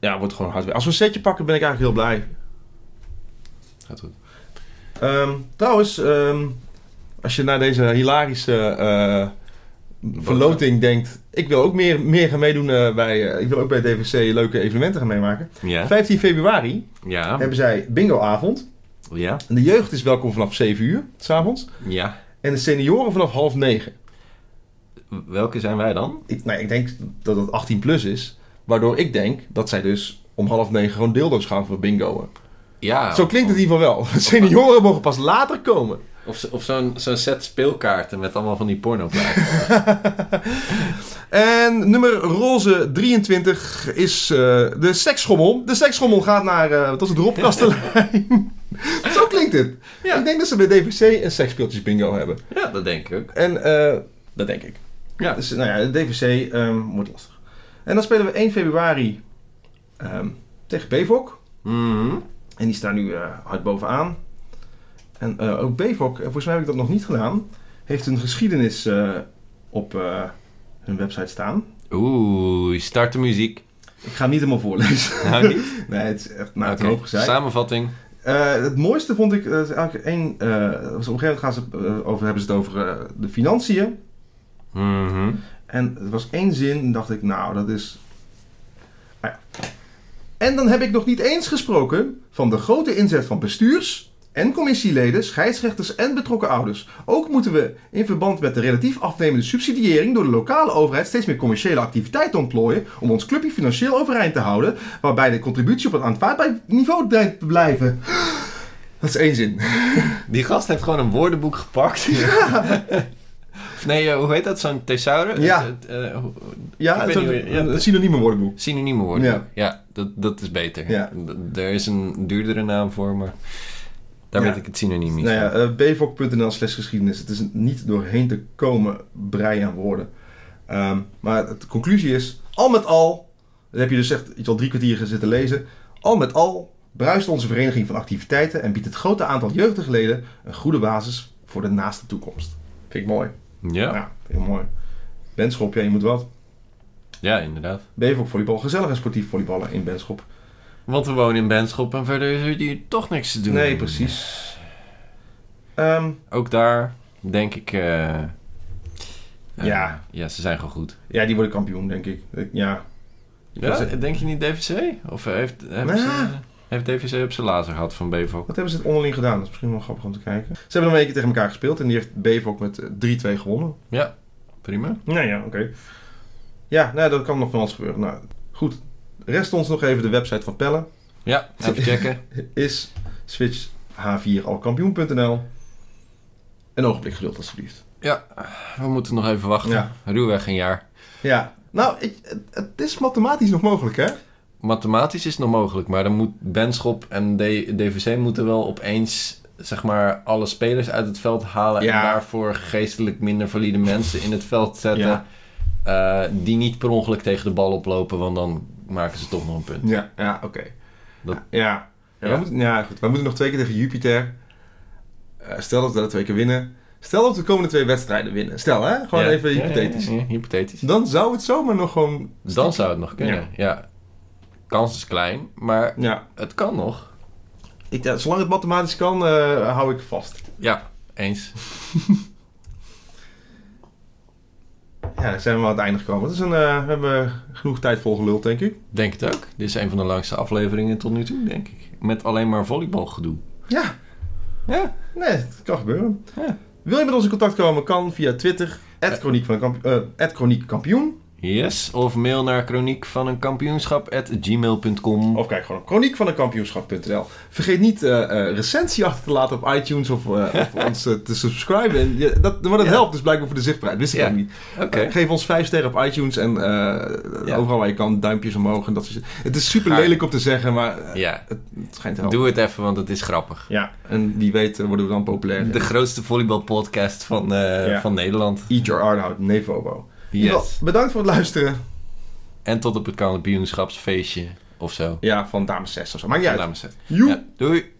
S1: ja, wordt gewoon hard werken. Als we een setje pakken, ben ik eigenlijk heel blij.
S2: Gaat goed.
S1: Ehm, trouwens, ehm, als je naar deze hilarische eh, verloting denkt. Ik wil ook meer, meer gaan meedoen eh, bij. eh, ik wil ook bij DVC leuke evenementen gaan meemaken.
S2: Ja.
S1: 15 februari
S2: Ja.
S1: hebben zij bingoavond.
S2: Ja.
S1: En de jeugd is welkom vanaf 7 uur s'avonds.
S2: Ja.
S1: En de senioren vanaf half 9.
S2: Welke zijn wij dan?
S1: Ik, nou, ik denk dat het 18 plus is. Waardoor ik denk dat zij dus om half 9 gewoon deeldoos gaan voor bingoen.
S2: Ja.
S1: Zo klinkt het in ieder geval wel. Senioren mogen pas later komen.
S2: Of, zo- of zo'n zo'n set speelkaarten met allemaal van die pornoplaatjes.
S1: En nummer roze 23 is eh, de seksschommel. De seksschommel gaat naar, eh wat was het, Rob Kastelein. Zo klinkt het.
S2: Ja.
S1: Ik denk dat ze bij DVC een seksspeeltjes bingo hebben.
S2: ja, dat denk ik ook.
S1: En eh, dat denk ik.
S2: Ja.
S1: Dus nou ja, DVC ehm, wordt lastig. En dan spelen we 1 februari ehm, tegen Bevok.
S2: Mhm.
S1: En die staan nu eh, hard bovenaan. En eh, ook Bevok, eh, volgens mij heb ik dat nog niet gedaan, heeft een geschiedenis eh, op eh, hun website staan.
S2: Oeh, start de muziek.
S1: Ik ga hem niet helemaal voorlezen.
S2: Nou niet?
S1: nee, het is echt naar het
S2: Oké,
S1: Nou, hoop gezegd.
S2: Samenvatting.
S1: het mooiste vond ik, eh, is eigenlijk één, eh, op een gegeven moment gaan ze, eh, over, hebben ze het over eh, de financiën.
S2: Mhm.
S1: En er was één zin en dacht ik, nou, dat is... Ah ja. En dan heb ik nog niet eens gesproken van de grote inzet van bestuurs en commissieleden, scheidsrechters en betrokken ouders. Ook moeten we in verband met de relatief afnemende subsidiëring door de lokale overheid steeds meer commerciële activiteiten ontplooien om ons clubje financieel overeind te houden, waarbij de contributie op een aanvaardbaar niveau dreigt te blijven. Dat is één zin.
S2: Die gast heeft gewoon een woordenboek gepakt. of nee, eh, hoe heet dat? Zo'n thesaurus?
S1: Ja.
S2: Het- het, eh, hoe- Ik
S1: Ja,
S2: weet
S1: zo'n-
S2: niet hoe- ja,
S1: een
S2: dat-
S1: synonieme woordenboek.
S2: Synonieme woorden.
S1: Ja.
S2: Ja, dat, dat is beter.
S1: Ja.
S2: D- Er is een duurdere naam voor, maar daar
S1: Ja.
S2: weet ik het synoniem niet
S1: Nou
S2: van.
S1: ja, eh, bvok.nl slash geschiedenis. Het is niet doorheen te komen brei aan woorden. Ehm, maar de conclusie is, al met al, dat heb je dus echt iets al drie kwartier zitten lezen. Al met al bruist onze vereniging van activiteiten en biedt het grote aantal jeugdige leden een goede basis voor de naaste toekomst. Vind ik mooi. Ja,
S2: Ja,
S1: heel mooi. Benschop, ja, je moet wat.
S2: ja, inderdaad.
S1: Beverhoek volleybal, gezellig en sportief volleyballen in Benschop.
S2: Want we wonen in Benschop en verder is er hier toch niks te doen.
S1: Nee, precies. Ehm,
S2: Ook daar denk ik... eh, eh,
S1: Ja.
S2: Ja, ze zijn gewoon goed.
S1: ja, die worden kampioen, denk ik. Ik- Ja. Ik
S2: Ja,
S1: was-
S2: denk je niet DVC? Of heeft, hebben
S1: Nou.
S2: ze- heeft DVC op zijn lazer gehad van Bevo?
S1: Wat hebben ze het onderling gedaan? Dat is misschien wel grappig om te kijken. Ze hebben dan een keer tegen elkaar gespeeld en die heeft Beverhoek met eh, 3-2 gewonnen.
S2: Prima.
S1: Nou ja, oké. Ja, nou, dat kan nog van alles gebeuren. Nou, goed. Rest ons nog even de website van Pelle.
S2: Ja, even checken.
S1: Is switchh4alkampioen.nl. Een ogenblik geduld, alsjeblieft.
S2: We moeten nog even wachten.
S1: Ja.
S2: Ruwweg een jaar.
S1: Ja. Nou, ik, het, het is mathematisch nog mogelijk, hè?
S2: Mathematisch is nog mogelijk, maar dan moet Benschop en D- DVC moeten wel opeens zeg maar, alle spelers uit het veld halen
S1: Ja.
S2: en daarvoor geestelijk minder valide mensen in het veld zetten.
S1: Ja.
S2: eh, die niet per ongeluk tegen de bal oplopen, want dan maken ze toch nog een punt.
S1: Ja, ja oké.
S2: Dat-
S1: Ja. Ja,
S2: Ja.
S1: We moeten, ja, goed. We moeten nog twee keer tegen Jupiter. Eh, stel dat we dat twee keer winnen. Stel dat we de komende twee wedstrijden winnen. Stel, hè? Gewoon
S2: Ja.
S1: even
S2: Ja, ja,
S1: hypothetisch.
S2: ja, ja, hypothetisch.
S1: Dan zou het zomaar nog gewoon...
S2: Dus Dan zou het nog kunnen. Ja. Kans is klein, maar
S1: Ja.
S2: het kan nog.
S1: Ik, ja, zolang het mathematisch kan, eh, hou ik vast.
S2: Ja, eens.
S1: Ja, dan zijn we aan het einde gekomen. Het is een, eh, we hebben genoeg tijd vol geluld, denk ik.
S2: Denk het ook. Dit is een van de langste afleveringen tot nu toe, denk ik. Met alleen maar volleybalgedoe.
S1: Ja,
S2: Ja.
S1: nee, het kan gebeuren.
S2: Ja.
S1: Wil je met ons in contact komen, kan via Twitter. Het Chroniek van de Kamp- eh, het Chroniek Kampioen.
S2: Yes, of mail naar chroniek van een kampioenschap at gmail.com.
S1: Of kijk gewoon op chroniek van kampioenschap.nl. Vergeet niet eh, eh, recensie achter te laten op iTunes of, eh, of ons eh, te subscriben. En, je- dat, maar dat
S2: Ja.
S1: helpt dus blijkbaar voor de zichtbaarheid. Wist ik
S2: Ja.
S1: ook niet.
S2: Oké.
S1: Eh, geef ons vijf sterren op iTunes en eh, overal waar je kan duimpjes omhoog. En dat soort- het is super
S2: Gaar.
S1: lelijk om te zeggen, maar eh,
S2: Ja,
S1: het schijnt te helpen.
S2: doe het even, want het is grappig.
S1: Ja, en wie weet eh, worden we dan populair.
S2: De grootste volleybalpodcast van, eh,
S1: Ja.
S2: van Nederland.
S1: Eat your art out, Nevobo. In ieder
S2: Yes.
S1: geval, Bedankt voor het luisteren.
S2: En tot op het kampioenschapsfeestje of zo.
S1: Ja, van dames 6 of zo. Maakt niet uit.
S2: Dames en heren.
S1: Joep.
S2: Ja, doei.